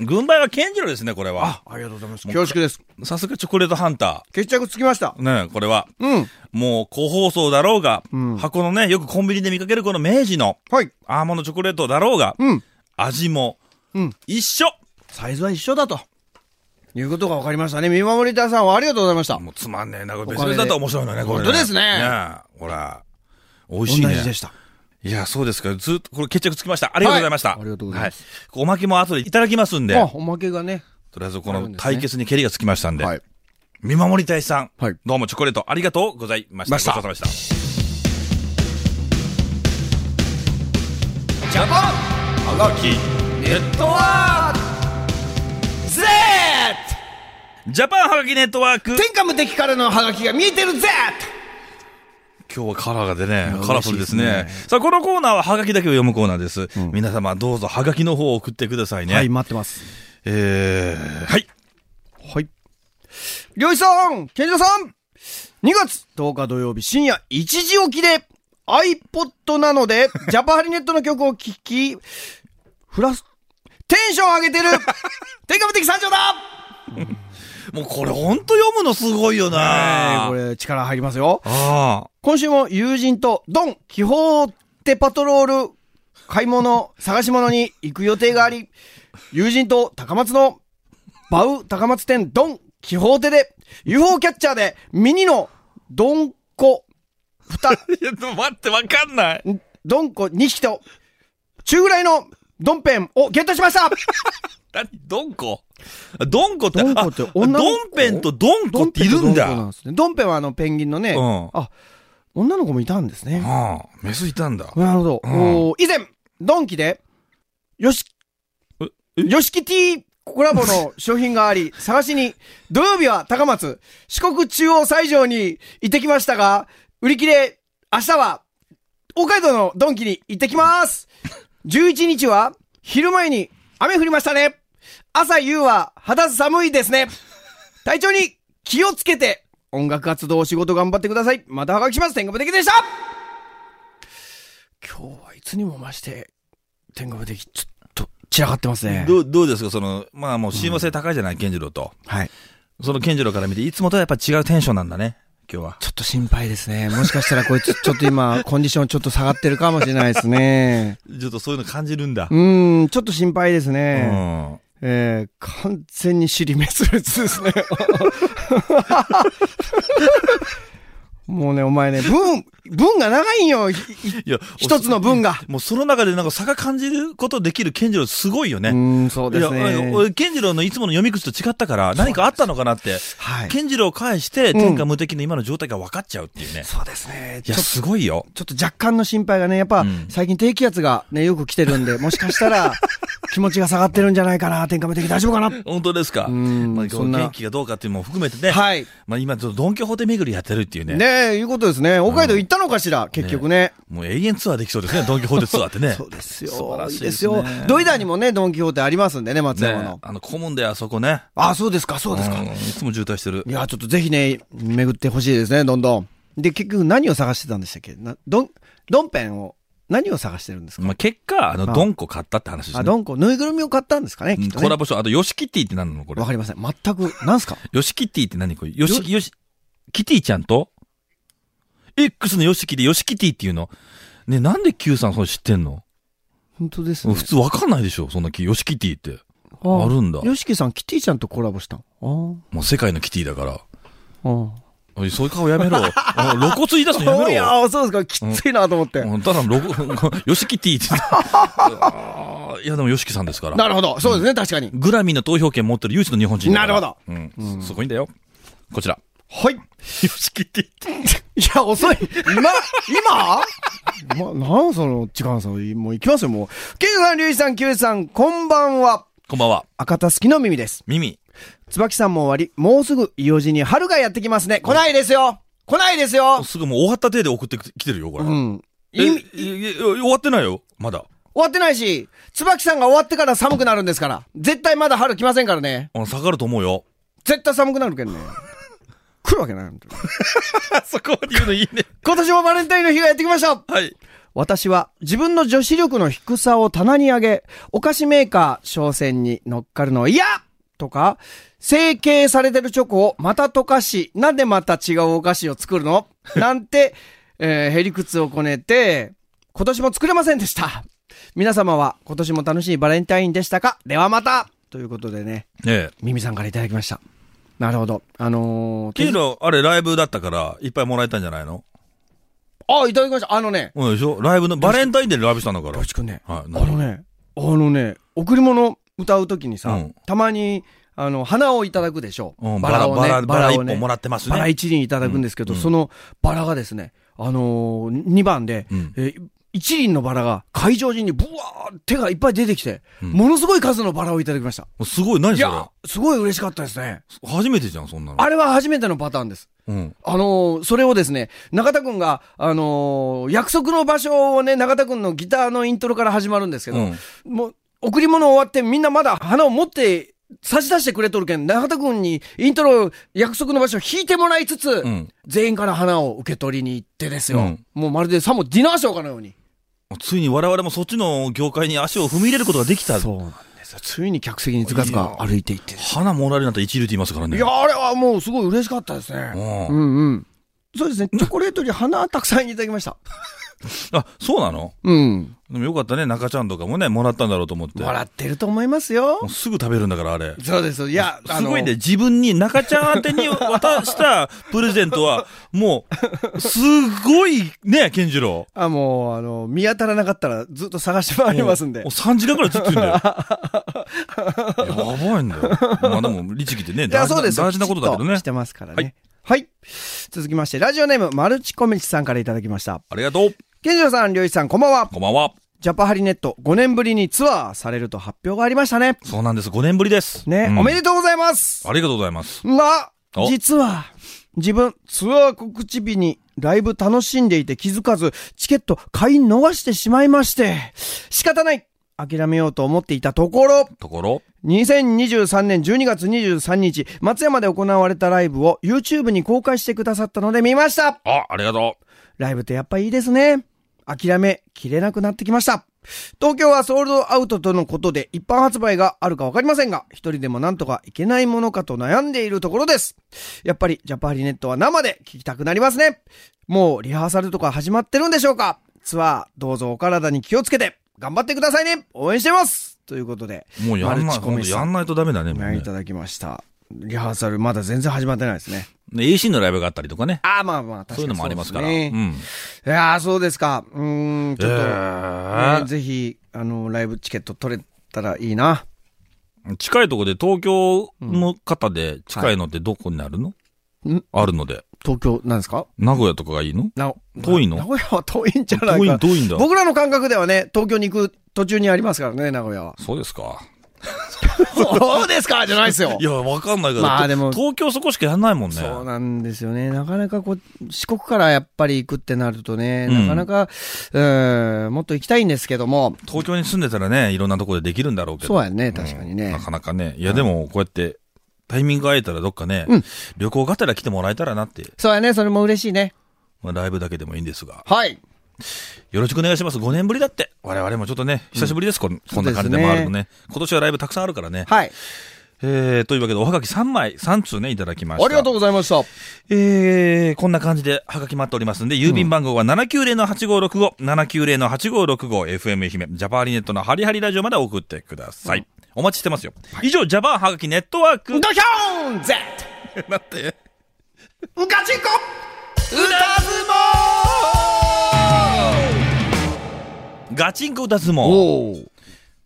[SPEAKER 2] 軍配は健次郎ですね、これは。
[SPEAKER 3] ありがとうございます。恐縮です。
[SPEAKER 2] さすがチョコレートハンタ
[SPEAKER 3] 決着つきました。
[SPEAKER 2] ー。ねこれは。
[SPEAKER 3] うん。
[SPEAKER 2] もう、個包装だろうが、箱のね、よくコンビニで見かけるこの明治の
[SPEAKER 3] はい。
[SPEAKER 2] アーモンドチョコレートだろうが、
[SPEAKER 3] うん。
[SPEAKER 2] 味も、
[SPEAKER 3] うん
[SPEAKER 2] 一緒
[SPEAKER 3] サイズは一緒だと。いうことが分かりましたね。見守り隊さんはありがとうございました。
[SPEAKER 2] もうつまんねえな、これ
[SPEAKER 3] お
[SPEAKER 2] 別
[SPEAKER 3] 金で
[SPEAKER 2] 々だったら面白いのね、これ、
[SPEAKER 3] 本当ですね
[SPEAKER 2] ねえほら。美味
[SPEAKER 3] 同
[SPEAKER 2] しいね。
[SPEAKER 3] じでした。
[SPEAKER 2] いや、そうですか。ずっと、これ決着つきました。ありがとうございました。
[SPEAKER 3] はいありがとうございます
[SPEAKER 2] はおまけも後でいただきますんで、
[SPEAKER 3] あ、おまけがね。
[SPEAKER 2] とりあえずこ
[SPEAKER 3] ある
[SPEAKER 2] の
[SPEAKER 3] んですね
[SPEAKER 2] 対決に蹴りがつきましたんで、
[SPEAKER 3] はい
[SPEAKER 2] 見守り隊さん、
[SPEAKER 3] はい
[SPEAKER 2] どうもチョコレートありがとうございました。
[SPEAKER 3] ました
[SPEAKER 2] ごちそうさまでした。
[SPEAKER 3] ジャパン
[SPEAKER 2] はがき、ネットワー
[SPEAKER 3] Z!
[SPEAKER 2] クジャパンはがきネットワーク
[SPEAKER 3] 天下無敵からのハガキが見えてる Z!
[SPEAKER 2] 今日はカラーがでね
[SPEAKER 3] うん、
[SPEAKER 2] カラフルですね。
[SPEAKER 3] 嬉しいで
[SPEAKER 2] さあ、このコーナーはハガキだけを読むコーナーです。皆様どうぞハガキの方を送ってくださいね。
[SPEAKER 3] はい、待ってます。
[SPEAKER 2] えー、はい。
[SPEAKER 3] はい。漁師さん健二さん !2 月10日土曜日深夜1時起きで iPod なの で、ジャパハリネットの曲を聴き、フラス、テンション上げ てる天下無敵三条だ
[SPEAKER 2] もうこれほんと読むのすごいよな、
[SPEAKER 3] これ力入りますよ。
[SPEAKER 2] ああ。
[SPEAKER 3] 今週も友人とドン・キホーテパトロール買い物、探し物に行く予定があり、友人と高松のバウ高松店ドン・キホーテで UFO キャッチャーでミニのドンコ2、
[SPEAKER 2] いや、でも待って、わかんない。
[SPEAKER 3] ドンコ2匹と中ぐらいのドンペンをゲットし ました
[SPEAKER 2] 何ドンコドンコって、
[SPEAKER 3] ドンコって女の
[SPEAKER 2] あ
[SPEAKER 3] 子
[SPEAKER 2] ドンペンとドンコっているん
[SPEAKER 3] ドンペンとドンコなん
[SPEAKER 2] だ。
[SPEAKER 3] ですねドンペンはあのペンギンのね、
[SPEAKER 2] うん
[SPEAKER 3] あ、女の子もいたんですね。
[SPEAKER 2] ああ、メスいたんだ。
[SPEAKER 3] なるほど。
[SPEAKER 2] うん
[SPEAKER 3] おー以前、ドンキで、よし、よしき T コラボの商品があり、 探しに、土曜日は高松、四国中央西条に行ってきましたが、売り切れ、明日は、北海道のドンキに行ってきます。11日は、昼前に雨降りましたね。朝夕は肌寒いですね。体調に気をつけて、音楽活動、お仕事頑張ってください。またはがきします。天狗無敵でした今日はいつにも増して、天狗無敵、ちょっと散らかってますね。
[SPEAKER 2] どう、どうですかその、まあもう親和性高いじゃない、健次郎と。
[SPEAKER 3] はい。
[SPEAKER 2] その健次郎から見て、いつもとはやっぱ違うテンションなんだね、今日は。
[SPEAKER 3] ちょっと心配ですね。もしかしたらこいつ、ちょっと今、コンディションちょっと下がってるかもしれないですね。
[SPEAKER 2] ちょっとそういうの感じるんだ
[SPEAKER 3] う。ーん、ちょっと心配ですね。
[SPEAKER 2] うん
[SPEAKER 3] えー、完全に尻滅裂です ね。もうね、お前ね、文、文が長いんよ。い
[SPEAKER 2] いや、
[SPEAKER 3] 一つの文が。
[SPEAKER 2] もうその中でなんか差が感じることできる健次郎すごいよね。
[SPEAKER 3] うーん、そうですね。
[SPEAKER 2] いや、俺、健次郎のいつもの読み口と違ったから、何かあったのかなって。
[SPEAKER 3] はい。
[SPEAKER 2] 健次郎を返して、天下無敵の今の状態が分かっちゃうっていうね。
[SPEAKER 3] そうですね。
[SPEAKER 2] い
[SPEAKER 3] ちょ
[SPEAKER 2] や、
[SPEAKER 3] っと
[SPEAKER 2] すごいよ。
[SPEAKER 3] ちょっと若干の心配がね、やっぱ、
[SPEAKER 2] うん
[SPEAKER 3] 最近低気圧がね、よく来てるんで、もしかし たら、気持ちが下がってるんじゃないかな、天下無敵大丈夫かな。
[SPEAKER 2] 本当ですか。
[SPEAKER 3] うん
[SPEAKER 2] まあ、
[SPEAKER 3] そんな
[SPEAKER 2] 元気がどうかっていうのも含めてね。
[SPEAKER 3] はい。
[SPEAKER 2] まあ、今、ドンキホーテ巡りやってるっていうね。
[SPEAKER 3] ねえ、いうことですね。北海道行ったのかしら、結局ね。
[SPEAKER 2] もう永遠ツアーできそうですね、ドンキホーテツアーってね。
[SPEAKER 3] そうですよ。
[SPEAKER 2] 素晴らしい
[SPEAKER 3] いで
[SPEAKER 2] ですすね
[SPEAKER 3] よ。ドイダーにもね、ドンキホーテありますんでね、松山
[SPEAKER 2] ね
[SPEAKER 3] の。。
[SPEAKER 2] あの、顧問であそこね。
[SPEAKER 3] あ、そうですか、そうですか。
[SPEAKER 2] んいつも渋滞してる
[SPEAKER 3] い。や、ちょっとぜひね、巡ってほしいですね、どんどん。で、結局何を探してたんでしたっけな、どん、どんぺんを何を探してるんですか、
[SPEAKER 2] まあ、結果、あの、
[SPEAKER 3] あ
[SPEAKER 2] ドンコ買ったって話です
[SPEAKER 3] あ、
[SPEAKER 2] ね。
[SPEAKER 3] どんこ、ぬいぐるみを買ったんですかね、
[SPEAKER 2] う
[SPEAKER 3] き
[SPEAKER 2] ん
[SPEAKER 3] っと
[SPEAKER 2] コ
[SPEAKER 3] ね
[SPEAKER 2] ラ。ボショー、あと、ヨシキティって何なのこれ
[SPEAKER 3] わ。かりません。全く、なんす か
[SPEAKER 2] ヨシキティって何これヨシ、ヨシ、キティちゃんと ?X のヨシキでヨシキティっていうのね、なんで Q さんそれ知ってんの
[SPEAKER 3] 本当ですね。
[SPEAKER 2] 普通わかんないでしょそんなキ、ヨシキティって。あるんだ
[SPEAKER 3] よしきさん、キティちゃんとコラボしたの
[SPEAKER 2] もう世界のキティだから。
[SPEAKER 3] ああ。
[SPEAKER 2] おいそういう顔や めろ。おい露骨言い出すの
[SPEAKER 3] ああ。い
[SPEAKER 2] や
[SPEAKER 3] や、そうですか。きついなと思って
[SPEAKER 2] め。ろ。うんただの露骨、 ヨシキティって言って。あーいや、でもヨシキさんですから。
[SPEAKER 3] なるほど。そうですね、確かに。
[SPEAKER 2] グラミーの投票権持ってる唯一の日本人だから
[SPEAKER 3] なるほ
[SPEAKER 2] うん。すすごいんだよ。こちら。
[SPEAKER 3] はい。い
[SPEAKER 2] ヨシキティって。
[SPEAKER 3] や、遅い。今今 ま、なんその、時間さん、もう行きますよ、もう。ケンさん、リュウジさん、キュウジさん、こんばんは。
[SPEAKER 2] こんばんは。
[SPEAKER 3] 赤たすきの耳です。
[SPEAKER 2] 耳。
[SPEAKER 3] 椿さんも終わり、もうすぐ伊予路に春がやってきますね。来ないですよ来ないですよ
[SPEAKER 2] すぐもう終わった手で送ってきてるよ、これ。
[SPEAKER 3] うん。
[SPEAKER 2] え
[SPEAKER 3] 意味
[SPEAKER 2] ええ終わってないよ、まだ。
[SPEAKER 3] 終わってないし、椿さんが終わってから寒くなるんですから。絶対まだ春来ませんからね。
[SPEAKER 2] うん下がると思うよ。
[SPEAKER 3] 絶対寒くなるけんね。来るわけない。本当に
[SPEAKER 2] あ そこまで言うのいいね。
[SPEAKER 3] 今年もバレンタインの日がやってきました
[SPEAKER 2] はい。
[SPEAKER 3] 私は自分の女子力の低さを棚に上げ、お菓子メーカー商戦に乗っかるのは嫌とか、成形されてるチョコをまた溶かし、なんでまた違うお菓子を作るのなんて、えー、へりくつをこねて、今年も作れませんでした。皆様は今年も楽しいバレンタインでしたかではまたということでね、
[SPEAKER 2] ええ。
[SPEAKER 3] ミミさんからいただきました。なるほど。あのー、
[SPEAKER 2] けど、あれライブだったから、いっぱいもらえたんじゃないの
[SPEAKER 3] あ、いただきました。あのね、
[SPEAKER 2] うん、でしょライブの、バレンタインデーでライブしたんだから
[SPEAKER 3] ロ。チくんね、
[SPEAKER 2] はい、
[SPEAKER 3] あのね、あのね、贈り物歌うときにさ、
[SPEAKER 2] うん
[SPEAKER 3] たまに、あの、花をいただくでしょ。
[SPEAKER 2] うん、バラ、
[SPEAKER 3] を
[SPEAKER 2] バラ、バラ一
[SPEAKER 3] をね
[SPEAKER 2] 本もらってます
[SPEAKER 3] バラ
[SPEAKER 2] ね。
[SPEAKER 3] 一輪いただくんですけど、
[SPEAKER 2] うん
[SPEAKER 3] そのバラがですね、あのー、2番で、
[SPEAKER 2] うん
[SPEAKER 3] えー一輪のバラが会場中にブワー手がいっぱい出てきて、
[SPEAKER 2] うん
[SPEAKER 3] ものすごい数のバラをいただきました。
[SPEAKER 2] すごい、何
[SPEAKER 3] い
[SPEAKER 2] それ
[SPEAKER 3] や、すごい嬉しかったですね。
[SPEAKER 2] 初めてじゃん、そんなの。
[SPEAKER 3] あれは初めてのパターンです。
[SPEAKER 2] うん。
[SPEAKER 3] あのーそれをですね、中田くんが、あのー約束の場所をね、中田くんのギターのイントロから始まるんですけど、
[SPEAKER 2] うん
[SPEAKER 3] もう、贈り物終わってみんなまだ花を持って差し出してくれとるけん、中田くんにイントロ約束の場所を弾いてもらいつつ、
[SPEAKER 2] うん。
[SPEAKER 3] 全員から花を受け取りに行ってですよ。
[SPEAKER 2] うん
[SPEAKER 3] もうまるでさもディナーショーかのように。
[SPEAKER 2] ついに我々もそっちの業界に足を踏み入れることができた。
[SPEAKER 3] うなんですよ。ついに客席にずかずか歩いていってです
[SPEAKER 2] 花もらえるなんて一流って言いますからね。
[SPEAKER 3] いや、あれはもうすごい嬉しかったです
[SPEAKER 2] う。
[SPEAKER 3] ね。うんんうん。そ うですね、チョコレートに花たくさんいただきました。
[SPEAKER 2] あ、そうなの
[SPEAKER 3] うん。
[SPEAKER 2] でもよかったね、中ちゃんとかもね、もらったんだろうと思って。
[SPEAKER 3] もらってると思いますよ
[SPEAKER 2] もう。すぐ食べるんだから、あれ。
[SPEAKER 3] そうです。いや、あ
[SPEAKER 2] す
[SPEAKER 3] の
[SPEAKER 2] ごいね、。自分に、中ちゃん宛てに渡したプレゼント は、もう、すごいね、健次郎。
[SPEAKER 3] あ、もう、あの、見当たらなかったらずっと探して回りますんで
[SPEAKER 2] もう。3時間くらいずっと言うんだよ。 やばいんだよ。まあでも、律儀ってね、
[SPEAKER 3] いや、
[SPEAKER 2] 大事
[SPEAKER 3] そう
[SPEAKER 2] な
[SPEAKER 3] ですよ
[SPEAKER 2] 大事なことだけど
[SPEAKER 3] きちっ
[SPEAKER 2] ね
[SPEAKER 3] して。ますから
[SPEAKER 2] はい
[SPEAKER 3] ね。はい。続きまして、ラジオネーム、マルチコミチさんからいただきました。
[SPEAKER 2] ありがとう。
[SPEAKER 3] 健次郎さん、りょういちさん、こんばんは。
[SPEAKER 2] こんばんは。
[SPEAKER 3] ジャパハリネット5年ぶりにツアーされると発表がありましたね。
[SPEAKER 2] そうなんです。5年ぶりです。
[SPEAKER 3] ね、
[SPEAKER 2] うん
[SPEAKER 3] おめでとうございます。
[SPEAKER 2] ありがとうございます。
[SPEAKER 3] が
[SPEAKER 2] お、
[SPEAKER 3] 実は、自分、ツアー告知日にライブ楽しんでいて気づかず、チケット買い逃してしまいまして、仕方ない諦めようと思っていたところ、
[SPEAKER 2] ところ、
[SPEAKER 3] 2023年12月23日、松山で行われたライブを YouTube に公開してくださったので見ました
[SPEAKER 2] あ、ありがと
[SPEAKER 3] ライブってやっぱいいですね。諦めきれなくなってきました。東京はソールドアウトとのことで一般発売があるかわかりませんが、一人でもなんとかいけないものかと悩んでいるところです。やっぱりジャパハリネットは生で聞きたくなりますね。もうリハーサルとか始まってるんでしょうかツアー、どうぞお体に気をつけて、頑張ってくださいね応援してますということで。
[SPEAKER 2] う。もうやん
[SPEAKER 3] マ
[SPEAKER 2] な
[SPEAKER 3] ル
[SPEAKER 2] い、
[SPEAKER 3] チコ
[SPEAKER 2] ほん
[SPEAKER 3] ミ
[SPEAKER 2] と
[SPEAKER 3] さ
[SPEAKER 2] や
[SPEAKER 3] ん
[SPEAKER 2] んないとダメだね、もう
[SPEAKER 3] ね、
[SPEAKER 2] ね
[SPEAKER 3] いただきました。リハーサルまだ全然始まってないですね。
[SPEAKER 2] ね AC のライブがあったりとかね。
[SPEAKER 3] ああ、まあまあ、確かに
[SPEAKER 2] そういうのもありますから。
[SPEAKER 3] そうですね
[SPEAKER 2] ん。
[SPEAKER 3] いやーそうですか。うーん、ちょっと、
[SPEAKER 2] えー
[SPEAKER 3] ねぜひ、あの、ライブチケット取れたらいいな。
[SPEAKER 2] 近いとこで東京の方で近いのってどこになるの、
[SPEAKER 3] ん
[SPEAKER 2] あるので。
[SPEAKER 3] 東京、なんですか
[SPEAKER 2] 名古屋とかがいいの
[SPEAKER 3] な
[SPEAKER 2] 遠いの
[SPEAKER 3] 名古屋は遠いんじゃない
[SPEAKER 2] 遠い、
[SPEAKER 3] か。
[SPEAKER 2] 遠いんだ。。
[SPEAKER 3] 僕らの感覚ではね、東京に行く途中にありますからね、名古屋は
[SPEAKER 2] そうですか。
[SPEAKER 3] そうですか じゃないですよ
[SPEAKER 2] い。や、わかんないけど、
[SPEAKER 3] まあでも
[SPEAKER 2] 東京そこしかやんないもんね。
[SPEAKER 3] そうなんですよね。なかなかこう、四国からやっぱり行くってなるとね、
[SPEAKER 2] うん
[SPEAKER 3] なかなか、うーん、もっと行きたいんですけども、
[SPEAKER 2] 東京に住んでたらね、いろんなとこでできるんだろうけど。
[SPEAKER 3] そうやね、確かに
[SPEAKER 2] な
[SPEAKER 3] ね。
[SPEAKER 2] かなかね。いや、でも、こうやって、タイミングが合えたらどっかね、
[SPEAKER 3] うん
[SPEAKER 2] 旅行がてら来てもらえたらなって、
[SPEAKER 3] そうやね、それも嬉しいね。
[SPEAKER 2] まあ、ライブだけでもいいんですが。
[SPEAKER 3] はい。
[SPEAKER 2] よろしくお願いします。5年ぶりだって。我々もちょっとね、久しぶりです、こん、こんな感じで
[SPEAKER 3] そうですね
[SPEAKER 2] 回るのね。今年はライブたくさんあるからね。
[SPEAKER 3] はい。
[SPEAKER 2] えー、というわけで、おはがき3枚、3通ね、いただきました。
[SPEAKER 3] ありがとうございました。
[SPEAKER 2] えー、こんな感じではがき待っておりますんで、郵便番号は790-8565、790-8565、FM 愛媛、ジャパーリネットのハリハリラジオまで送ってください。お待ちしてますよ。以上、ジャパーはがきネットワーク。
[SPEAKER 3] ドヒョーン Z!
[SPEAKER 2] なって。
[SPEAKER 3] ガチンコ
[SPEAKER 2] ガチンコ歌相撲。
[SPEAKER 3] おお。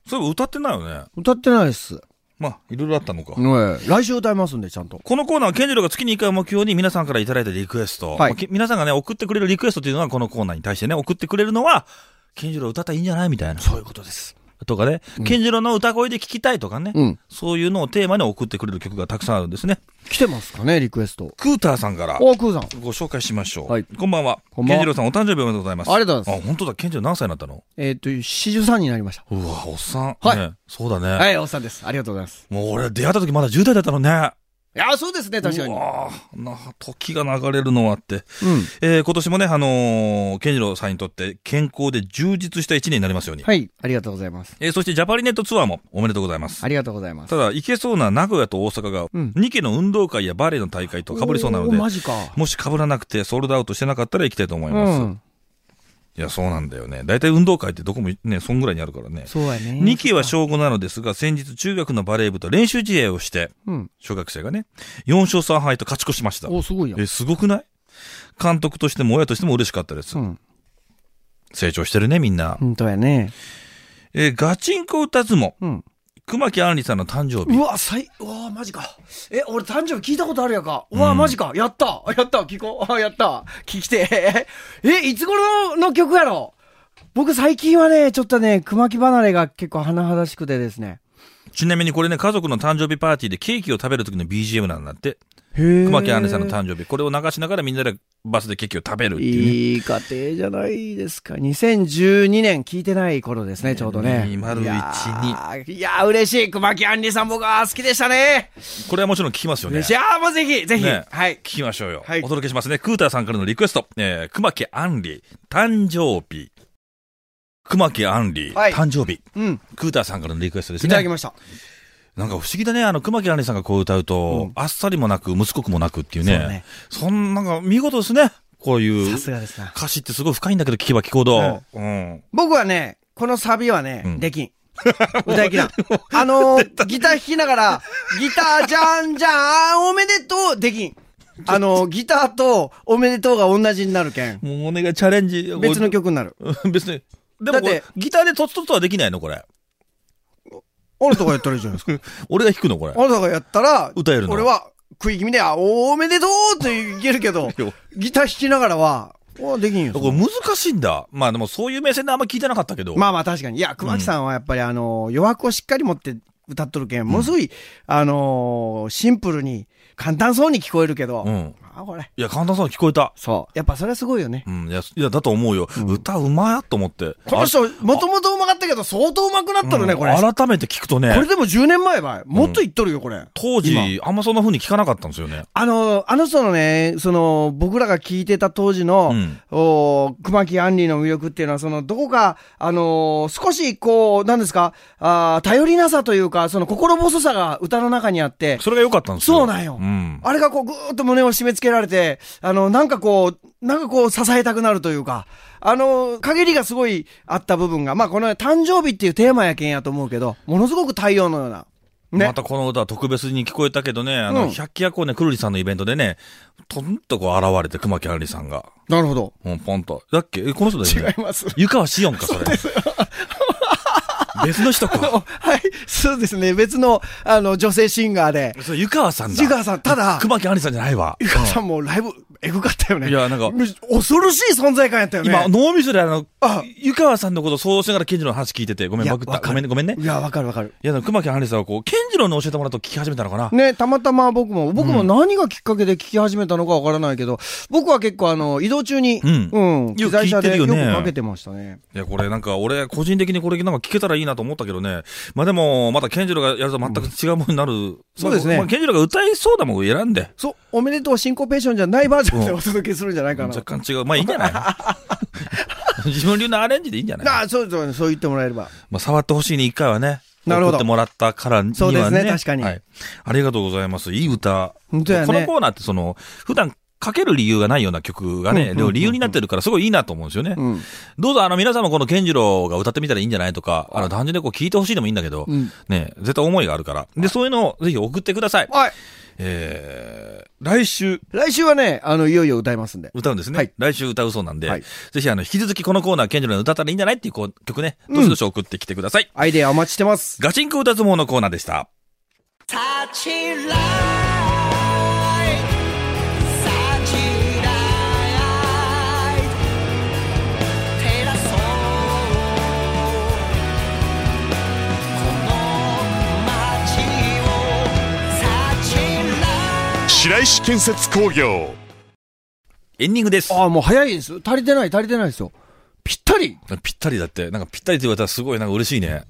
[SPEAKER 2] それ歌ってないよね。
[SPEAKER 3] 歌ってないです。
[SPEAKER 2] まあ、いろいろあったのか。
[SPEAKER 3] ねえ来週歌いますんで、ちゃんと。
[SPEAKER 2] このコーナーは、ケンジローが月に1回を目標に皆さんからいただいたリクエスト。
[SPEAKER 3] はい
[SPEAKER 2] まあき皆さんがね、送ってくれるリクエストというのは、このコーナーに対してね、送ってくれるのは、ケンジロー歌ったらいいんじゃないみたいな。
[SPEAKER 3] そういうことです。
[SPEAKER 2] とかね、ケンジローの歌声で聞きたいとかね、
[SPEAKER 3] うん
[SPEAKER 2] そういうのをテーマに送ってくれる曲がたくさんあるんですね。
[SPEAKER 3] 来てますかね、リクエスト。
[SPEAKER 2] クーターさんから
[SPEAKER 3] おー、クーさん。
[SPEAKER 2] ご紹介しましょう。
[SPEAKER 3] はい
[SPEAKER 2] こんばんは。
[SPEAKER 3] こんばんは
[SPEAKER 2] ケンジローさんお誕生日おめでとうございます。。
[SPEAKER 3] ありがとうございます
[SPEAKER 2] あ、本当だ。ケンジロー何歳になったの
[SPEAKER 3] えっ、と、43になりました。
[SPEAKER 2] うわ、おっさん。
[SPEAKER 3] はい
[SPEAKER 2] ねそうだね。
[SPEAKER 3] はい、おっさんです。ありがとうございます。
[SPEAKER 2] もう俺出会った時まだ10代だったのね。
[SPEAKER 3] いや、そうですね、確かに。
[SPEAKER 2] う
[SPEAKER 3] う
[SPEAKER 2] わな、時が流れるのはって。
[SPEAKER 3] ん。
[SPEAKER 2] えー今年もね、あのー、ケンジローさんにとって健康で充実した一年になりますように。
[SPEAKER 3] はい、ありがとうございます。
[SPEAKER 2] えーそしてジャパリネットツアーもおめでとうございます
[SPEAKER 3] あ。りがとうございます。
[SPEAKER 2] ただ、行けそうな名古屋と大阪が、
[SPEAKER 3] うん
[SPEAKER 2] 2家の運動会やバレエの大会と被りそうなの
[SPEAKER 3] おー
[SPEAKER 2] で、
[SPEAKER 3] マジか。
[SPEAKER 2] もし被らなくてソールドアウトしてなかったら行きたいと思いうます。
[SPEAKER 3] ん。
[SPEAKER 2] いや、そうなんだよね。大体運動会ってどこもね、そんぐらいにあるからね。
[SPEAKER 3] そうやね。
[SPEAKER 2] 2期は小5なのですが、先日中学のバレー部と練習試合をして、
[SPEAKER 3] うん。
[SPEAKER 2] 小学生がね、4勝3敗と勝ち越しました。
[SPEAKER 3] おー、すごいやん。
[SPEAKER 2] え、すごくない監督としても親としても嬉しかったです。
[SPEAKER 3] うん。
[SPEAKER 2] 成長してるね、みんな。
[SPEAKER 3] 本当やね。
[SPEAKER 2] えーガチンコ歌相撲。
[SPEAKER 3] うん。
[SPEAKER 2] 熊木杏里さんの誕生日
[SPEAKER 3] う。わ、最、うわ、マジか。え、俺誕生日聞いたことあるやんか。うわ、マジか。やった。やった。聞こう。あやった。聞きて。 え、いつ頃の曲やろ僕最近はね、ちょっとね、熊木離れが結構甚だしくてですね。
[SPEAKER 2] ちなみにこれね、家族の誕生日パーティーでケーキを食べる時の BGM なんだって。
[SPEAKER 3] へ
[SPEAKER 2] 熊木杏里さんの誕生日。これを流しながらみんなでバスでケーキを食べるっていうね。
[SPEAKER 3] いい家庭じゃないですか。2012年聞いてない頃ですね、ちょうどね。
[SPEAKER 2] 2012
[SPEAKER 3] いやー。いやー、嬉しい。熊木杏里さん僕は好きでしたね。
[SPEAKER 2] これはもちろん聞きますよね。
[SPEAKER 3] 嬉しい。あーもうぜひ、ぜひ。
[SPEAKER 2] ね
[SPEAKER 3] はい
[SPEAKER 2] 聞。きましょうよ。
[SPEAKER 3] はい
[SPEAKER 2] お届けしますね。クーターさんからのリクエスト。えー、熊木杏里、誕生日。熊木杏里、
[SPEAKER 3] はい
[SPEAKER 2] 誕生日。
[SPEAKER 3] うん。
[SPEAKER 2] クーターさんからのリクエストです
[SPEAKER 3] いただき
[SPEAKER 2] ね。
[SPEAKER 3] ました。
[SPEAKER 2] なんか不思議だね。あの、熊木杏里さんがこう歌うと、あっさりもなく、むつこくもなくっていうね。
[SPEAKER 3] そうね
[SPEAKER 2] そんなんか見事ですね。こういう
[SPEAKER 3] さすがですな。
[SPEAKER 2] 歌詞ってすごい深いんだけど、聞けば聞くほど。うん。
[SPEAKER 3] 僕はね、このサビはね、
[SPEAKER 2] うん
[SPEAKER 3] できん。歌いきらん。あのー、ギター弾きながら、ギターじゃんじゃん、おめでとう、できん。あのー、ギターとおめでとうが同じになるけん。
[SPEAKER 2] もうお願いチャレンジ。
[SPEAKER 3] 別の曲になる。
[SPEAKER 2] 別に。でもこ
[SPEAKER 3] だっ
[SPEAKER 2] れ
[SPEAKER 3] て、
[SPEAKER 2] ギターでとつとつはできないのこ れ。
[SPEAKER 3] あなたがやったらいいじゃないですか。
[SPEAKER 2] 俺が弾くのこれ。
[SPEAKER 3] あなたがやったら、
[SPEAKER 2] 歌えるの
[SPEAKER 3] 俺は食い気味で、あ、おめでとうって言えるけど
[SPEAKER 2] いや、
[SPEAKER 3] ギター弾きながらは、おできんよ。
[SPEAKER 2] これ難しいんだ。まあでもそういう目線であんま聞いてなかったけど。
[SPEAKER 3] まあまあ確かに。いや、熊木さんはやっぱりあの、余白をしっかり持って歌っとるけん、ものすごい、あのー、シンプルに、簡単そうに聞こえるけど、
[SPEAKER 2] うん。
[SPEAKER 3] あ、これ。
[SPEAKER 2] いや、簡単そうに聞こえた。
[SPEAKER 3] そう。やっぱそれはすごいよね。
[SPEAKER 2] うん。いや、いやだと思うよ。歌うまやと思って。
[SPEAKER 3] この人、もともとうまかったけど、相当うまくなったのね、
[SPEAKER 2] うん
[SPEAKER 3] これ。こ
[SPEAKER 2] 改めて聞くとね、
[SPEAKER 3] れでも10年前ばい。もっと言っとるよ、これ。
[SPEAKER 2] 当
[SPEAKER 3] 今
[SPEAKER 2] 時、あんまそんな風に聞かなかったんですよね。
[SPEAKER 3] あの、あの人のね、その、僕らが聞いてた当時の、
[SPEAKER 2] うん
[SPEAKER 3] おー熊木杏里の魅力っていうのは、その、どこか、あのー少し、こう、なんですか、あー頼りなさというか、その、心細さが歌の中にあって、
[SPEAKER 2] それが良かったんですよ。
[SPEAKER 3] そうなんよ
[SPEAKER 2] うん。
[SPEAKER 3] あれがこう、ぐーっと胸を締め付けられて、あの、なんかこう、なんかこう、支えたくなるというか、あの、陰りがすごいあった部分が、まあ、この誕生日っていうテーマやけんやと思うけど、ものすごく太陽のような。ね。
[SPEAKER 2] またこの歌は特別に聞こえたけどね、あの、
[SPEAKER 3] うん
[SPEAKER 2] 百鬼夜行ね、くるりさんのイベントでね、とんとこう現れて、熊木ありさんが。
[SPEAKER 3] なるほど。
[SPEAKER 2] うん、ポンと。だっけえこの人だよね。
[SPEAKER 3] 違います。
[SPEAKER 2] 湯川しおんか、それ。別の人か。
[SPEAKER 3] はい、そうですね。別の、あの、女性シンガーで。
[SPEAKER 2] それ湯川さんだ。
[SPEAKER 3] 湯川さんただ
[SPEAKER 2] 熊木ありさんじゃないわ。
[SPEAKER 3] ゆかさんもライブ、エグかったよね。
[SPEAKER 2] いやなんか
[SPEAKER 3] 恐ろしい存在感やったよね。
[SPEAKER 2] 今、脳みそであの
[SPEAKER 3] あ、
[SPEAKER 2] 湯川さんのことを想像しながら、健次郎の話聞いてて、ごめん、
[SPEAKER 3] いや
[SPEAKER 2] バグっ
[SPEAKER 3] わ
[SPEAKER 2] た。ご
[SPEAKER 3] かる
[SPEAKER 2] めんね、ごめんね。
[SPEAKER 3] いや、わかるわかる。
[SPEAKER 2] いや、でも熊木アンリさんはこう、健次郎の教えてもらうと聞き始めたのかな。
[SPEAKER 3] ね、たまたま僕も、僕も何がきっかけで聞き始めたのかわからないけど、僕は結構あの、移動中に、
[SPEAKER 2] うん
[SPEAKER 3] うん、機
[SPEAKER 2] よく聞
[SPEAKER 3] 材
[SPEAKER 2] い
[SPEAKER 3] 車
[SPEAKER 2] て
[SPEAKER 3] で
[SPEAKER 2] る
[SPEAKER 3] よ
[SPEAKER 2] よ
[SPEAKER 3] く
[SPEAKER 2] ね
[SPEAKER 3] かけてましたね。
[SPEAKER 2] いや、これなんか、俺、個人的にこれなんか聞けたらいいなと思ったけどね。まあでも、また健次郎がやると全く違うものになる。
[SPEAKER 3] そうですね
[SPEAKER 2] まあ、健次郎が歌いそうだもん選んで。
[SPEAKER 3] そう、おめでとうシンコペーションじゃないバージョンで
[SPEAKER 2] うん
[SPEAKER 3] お届けするんじゃないかな。
[SPEAKER 2] 若干違う。まあいいんじゃない自分流のアレンジでいいんじゃない
[SPEAKER 3] なあ、そうそう、そう言ってもらえれば。
[SPEAKER 2] まあ、触ってほしいね、一回はね。
[SPEAKER 3] なるほ
[SPEAKER 2] 送
[SPEAKER 3] ど
[SPEAKER 2] ってもらったからにはね。
[SPEAKER 3] そうですね確かに
[SPEAKER 2] はい。ありがとうございます。いい歌。
[SPEAKER 3] 本当やね
[SPEAKER 2] このコーナーってその、普段かける理由がないような曲がね、
[SPEAKER 3] うんうんうん
[SPEAKER 2] でも理由になってるからすごいいいなと思うんですよね。
[SPEAKER 3] うん。
[SPEAKER 2] どうぞあの皆さんもこの健次郎が歌ってみたらいいんじゃないとか、あの単純にこう聞いてほしいでもいいんだけど、
[SPEAKER 3] うん
[SPEAKER 2] ね、絶対思いがあるから。で、そういうのをぜひ送ってください。
[SPEAKER 3] はい。
[SPEAKER 2] えー、来週
[SPEAKER 3] 来週はね、あの、いよいよ歌いますんで。
[SPEAKER 2] 歌うんですね。
[SPEAKER 3] はい
[SPEAKER 2] 来週歌うそうなんで、
[SPEAKER 3] はい
[SPEAKER 2] ぜひあの、引き続きこのコーナー、健次郎の歌ったらいいんじゃないっていうこう曲ね、どしどし送ってきてください。
[SPEAKER 3] アイデアお待ちしてます。
[SPEAKER 2] ガチンコ歌相撲のコーナーでした。
[SPEAKER 1] サチライサチライ照らそうこの街をサチライ
[SPEAKER 4] 白石建設工業
[SPEAKER 2] エンディングです。
[SPEAKER 3] ああ、もう早いです。足りてない、足りてないですよ。ぴったり
[SPEAKER 2] ぴったりだって、なんかぴったりって言われたらすごいなんか嬉しいね。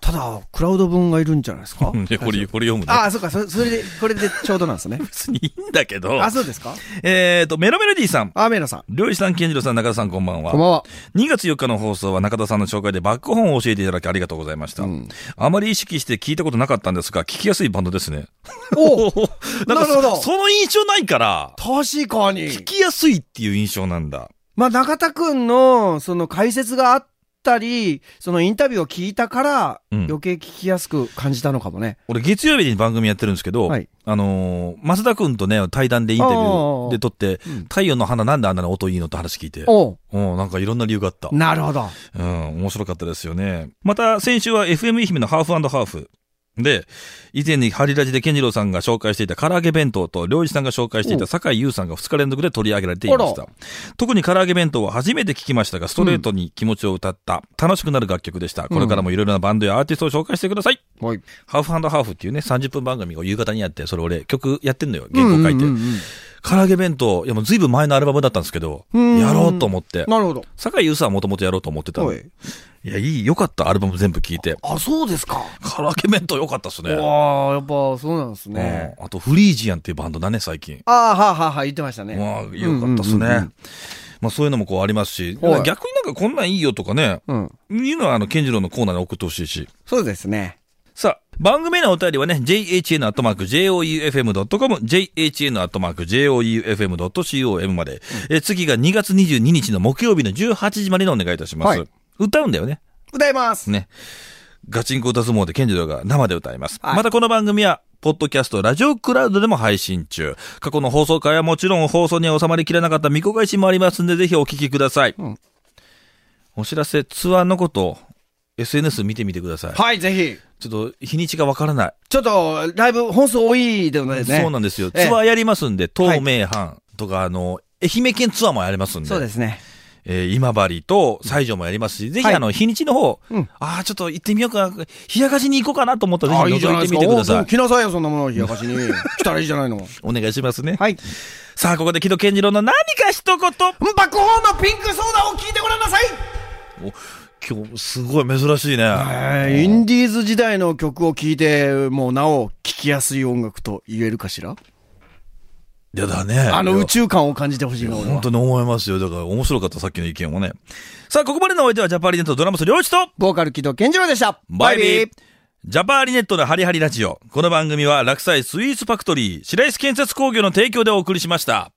[SPEAKER 3] ただ、クラウド分がいるんじゃないですか
[SPEAKER 2] うんでこれ、これ読むね。
[SPEAKER 3] ああ、そうか、そそれで、これでちょうどなんです ね。
[SPEAKER 2] 別にいいんだけど。
[SPEAKER 3] あそうですか
[SPEAKER 2] えっと、メロメロディーさん。
[SPEAKER 3] あ、メイラさん。
[SPEAKER 2] りょうじさん、健次郎さん、中田さん、こんばんは。
[SPEAKER 3] こんばんは。
[SPEAKER 2] 2月4日の放送は中田さんの紹介でバックホーンを教えていただきありがとうございました。あまり意識して聞いたことなかったんですが、聞きやすいバンドですね。
[SPEAKER 3] おう
[SPEAKER 2] んか
[SPEAKER 3] なるほど
[SPEAKER 2] その印象ないから、
[SPEAKER 3] 確かに。
[SPEAKER 2] 聞きやすいっていう印象なんだ。
[SPEAKER 3] まあ、中田くんの、その解説があったり、そのインタビューを聞いたから、
[SPEAKER 2] うん
[SPEAKER 3] 余計聞きやすく感じたのかもね。
[SPEAKER 2] 俺、月曜日に番組やってるんですけど、
[SPEAKER 3] はい
[SPEAKER 2] あのー、増田くんとね、対談でインタビューで撮って、太陽の花なんであんなに音いいのって話聞いて、
[SPEAKER 3] おう
[SPEAKER 2] うん、なんかいろんな理由があった。
[SPEAKER 3] なるほど。
[SPEAKER 2] うん、面白かったですよね。また、先週は FM 愛媛のハーフハーフ。で、以前にハリラジで健次郎さんが紹介していた唐揚げ弁当と、良一さんが紹介していた酒井優さんが2日連続で取り上げられていまし
[SPEAKER 3] あ
[SPEAKER 2] た。特に唐揚げ弁当は初めて聞きましたが、ストレートに気持ちを歌った、楽しくなる楽曲でした。これからもいろいろなバンドやアーティストを紹介してください。
[SPEAKER 3] はい。
[SPEAKER 2] ハーフハーフっていうね、30分番組を夕方にやって、それ俺曲やってんのよ、原稿書いて
[SPEAKER 3] うんうんうん。
[SPEAKER 2] 唐揚げ弁当、いやもうずいぶん前のアルバムだったんですけど、
[SPEAKER 3] ん
[SPEAKER 2] やろうと思って。
[SPEAKER 3] なるほど。
[SPEAKER 2] 酒井優さんはもともとやろうと思ってたの
[SPEAKER 3] はい
[SPEAKER 2] いや、いい、よかった、アルバム全部聴いて。
[SPEAKER 3] あ、そうですか。
[SPEAKER 2] カラオケ弁当よかったっすね。
[SPEAKER 3] わあ、やっぱそうなんですね。
[SPEAKER 2] うんあと、フリージアンっていうバンドだね、最近。
[SPEAKER 3] ああ、はあはあはあ、言ってましたね。
[SPEAKER 2] まあ、よかったっす
[SPEAKER 3] うんうんうんう
[SPEAKER 2] ね。まあ、そういうのもこうありますし、逆
[SPEAKER 3] はい
[SPEAKER 2] になんかこんなんいいよとかね、
[SPEAKER 3] うん。
[SPEAKER 2] いうのは、あの、健次郎のコーナーに送ってほしいし。
[SPEAKER 3] そうですね。
[SPEAKER 2] さあ、番組へのお便りはね、jhn.joufm.com、jhn.joufm.com まで、え次が2月22日の木曜日の18時までにお願いいたします。
[SPEAKER 3] はい
[SPEAKER 2] 歌うんだよね。
[SPEAKER 3] 歌います。
[SPEAKER 2] ね。ガチンコ歌相撲で健次郎が生で歌います。
[SPEAKER 3] はい
[SPEAKER 2] またこの番組は、ポッドキャスト、ラジオクラウドでも配信中。過去の放送回はもちろん放送には収まりきれなかった未公開シーンもありますんで、ぜひお聞きください。
[SPEAKER 3] ん
[SPEAKER 2] お知らせ、ツアーのこと、SNS 見てみてください。
[SPEAKER 3] はい、ぜひ。
[SPEAKER 2] ちょっと、日にちがわからない。
[SPEAKER 3] ちょっと、ライブ、本数多いでね。
[SPEAKER 2] そうなんですよ。ツ
[SPEAKER 3] ええ
[SPEAKER 2] アーやりますんで、東名阪とか、あの、愛媛県ツアーもやりますんで。
[SPEAKER 3] そうですね。
[SPEAKER 2] えー今治と西条もやりますし、ぜひ
[SPEAKER 3] はい
[SPEAKER 2] あの、日にちの方、
[SPEAKER 3] うん
[SPEAKER 2] ああ、ちょっと行ってみようかな、冷やかしに行こうかなと思ったら、ぜ
[SPEAKER 3] あい
[SPEAKER 2] ひ
[SPEAKER 3] いじゃな
[SPEAKER 2] 覗
[SPEAKER 3] い
[SPEAKER 2] いて
[SPEAKER 3] で
[SPEAKER 2] み
[SPEAKER 3] すか。
[SPEAKER 2] てくださ
[SPEAKER 3] お
[SPEAKER 2] い。
[SPEAKER 3] 来なさいよ、そんなものを冷やかしに。来たらいいじゃないの。
[SPEAKER 2] お願いしますね。
[SPEAKER 3] はい。
[SPEAKER 2] さあ、ここで木戸健次郎の何か一言
[SPEAKER 3] バックホームピンクソーダを聞いてごらんなさい
[SPEAKER 2] 今日、すごい珍しいね。
[SPEAKER 3] インディーズ時代の曲を聴いて、もうなお聴きやすい音楽と言えるかしら
[SPEAKER 2] いやだね。
[SPEAKER 3] あ
[SPEAKER 2] い
[SPEAKER 3] の
[SPEAKER 2] や
[SPEAKER 3] 宇宙感を感じてほしいな、俺は
[SPEAKER 2] 本。当に思いますよ。だから面白かった、さっきの意見もね。さあ、ここまでのお相手はジャパーリネットドラムス両一と、
[SPEAKER 3] ボーカル木戸健次郎でした。
[SPEAKER 2] バイビージャパーリネットのハリハリラジオ。この番組は、落栽スイーツファクトリー、白石建設工業の提供でお送りしました。